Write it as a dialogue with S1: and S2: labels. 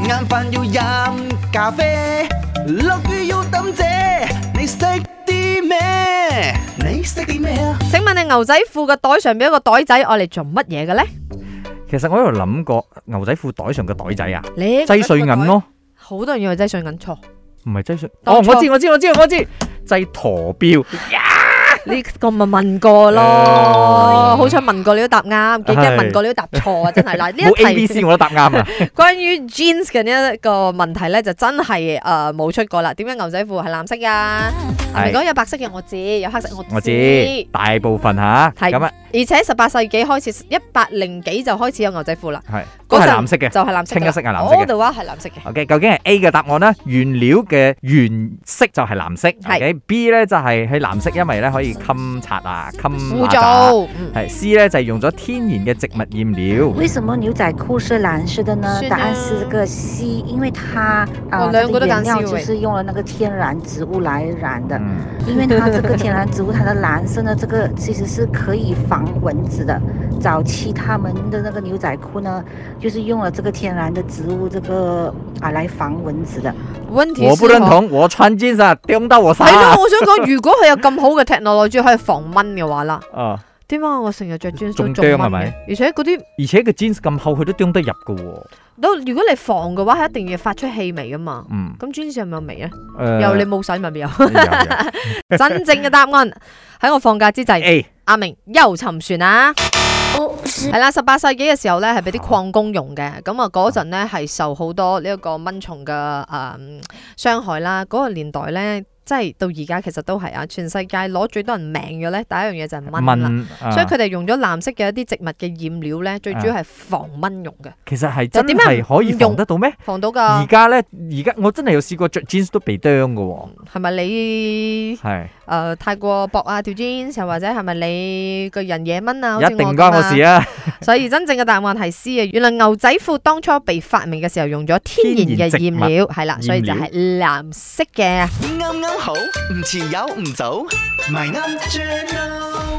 S1: 晏飯要飲咖啡，落雨要抌遮，你識啲咩？你識啲咩啊？
S2: 請問你牛仔褲嘅袋上面一個袋仔，愛嚟做乜嘢嘅咧？
S3: 其實我喺度諗過，牛仔褲袋上嘅袋仔啊，
S2: 你
S3: 擠碎銀，咯，
S2: 好多人以為擠碎銀 錯，
S3: 唔係擠碎。
S2: 當
S3: 哦，
S2: 初
S3: 我知我知我知我知，擠陀 錶。
S2: 呢個咪問過咯，
S3: 唉
S2: 哦好彩問過你都答啱，幾驚
S3: 係
S2: 問過你都答錯啊！真係嗱，呢
S3: 冇 A、
S2: 一
S3: B、
S2: 題
S3: C 我都答啱啊！
S2: 關於 jeans 嘅呢一個問題咧，就真係誒冇出過啦。點解牛仔褲係藍色噶？
S3: 係
S2: 明講有白色嘅我知，有黑色我
S3: 我知大部分吓，
S2: 係
S3: 咁啊
S2: 而且十八世紀開始，一八零幾就開始有牛仔褲啦。
S3: 係都係
S2: 嗰陣
S3: 藍色嘅
S2: 就。係藍色㗎啦，哦
S3: 清一色係藍色嘅
S2: 我哋話係藍啊色嘅。
S3: OK，究竟係 A 嘅答案咧，原料嘅原色就係藍色。
S2: 係
S3: OK，B 咧就係喺藍色，因為咧可以襟擦啊，襟
S2: 污
S3: 邋遢。
S2: 糟，嗯
S3: 係 C 咧就係用咗天然嘅植物染料。
S4: 为什么牛仔裤是蓝色的呢？
S2: 是
S4: 答案
S2: 呢
S4: 是个 C，因为它啊、
S2: 我
S4: 它
S2: 两个
S4: 的
S2: 都
S4: 原
S2: 敢 C
S4: 料
S2: 喂
S4: 就是用了那个天然植物来染的。
S3: 嗯
S4: 因为它这个天然植物，它的蓝色呢，这个其实是可以防蚊子的。早期他们的那个牛仔裤呢，就是用了这个天然的植物，这个啊来防蚊子的。
S2: 温體
S3: 嗯我不
S2: 思
S3: 認
S2: 學。
S3: 同，我穿 jeans 啊，丟到我
S2: 哦係
S3: 衫啊。
S2: 咯，我想講，如果佢有咁好嘅 technology 可以防蚊嘅話啦，
S3: 啊，
S2: 點解我成日着 jeans 都
S3: 中
S2: 中蚊
S3: 釘啊係咪
S2: 嘅？而且嗰啲
S3: 而且個 jeans 咁厚，佢都丟得入㗎喎。
S2: 都，如果你防嘅話，係一定要發出氣味噶嘛。
S3: 嗯，
S2: 咁 jeans 有冇味咧？
S3: 誒
S2: 又你冇洗咪有？
S3: 有有
S2: 真正嘅答案喺我放假之際，
S3: A
S2: 阿明又沉船啊！係啦，十八世紀嘅時候咧，係俾啲礦工用嘅，咁啊嗰陣咧係受好多呢一個蚊蟲嘅誒傷害啦。嗰、個年代咧，即係到而家其實都係啊，全世界攞最多人命嘅咧，第一樣嘢就係蚊啦。
S3: 問，啊
S2: 所以佢哋用咗藍色嘅一啲植物嘅染料咧，最主要係防蚊用嘅，
S3: 其實係
S2: 就
S3: 真
S2: 點解
S3: 係可以
S2: 唔
S3: 防
S2: 用
S3: 得到咩？
S2: 防到
S3: 而
S2: 㗎。
S3: 家咧，而家我真係有試過着 jeans 都被啄㗎喎。
S2: 係咪你
S3: 係
S2: 誒、呃太過薄啊條 jeans，又或者係咪你個人惹蚊啊？好似
S3: 一定
S2: 我咁
S3: 唔關我
S2: 啊
S3: 事啊！
S2: 所以真正嘅答案係 C 啊！原來牛仔褲當初被發明嘅時候用咗天然嘅染料，係啦，所以就係藍色嘅。
S1: 啱啱好，唔遲有唔早，咪啱 channel。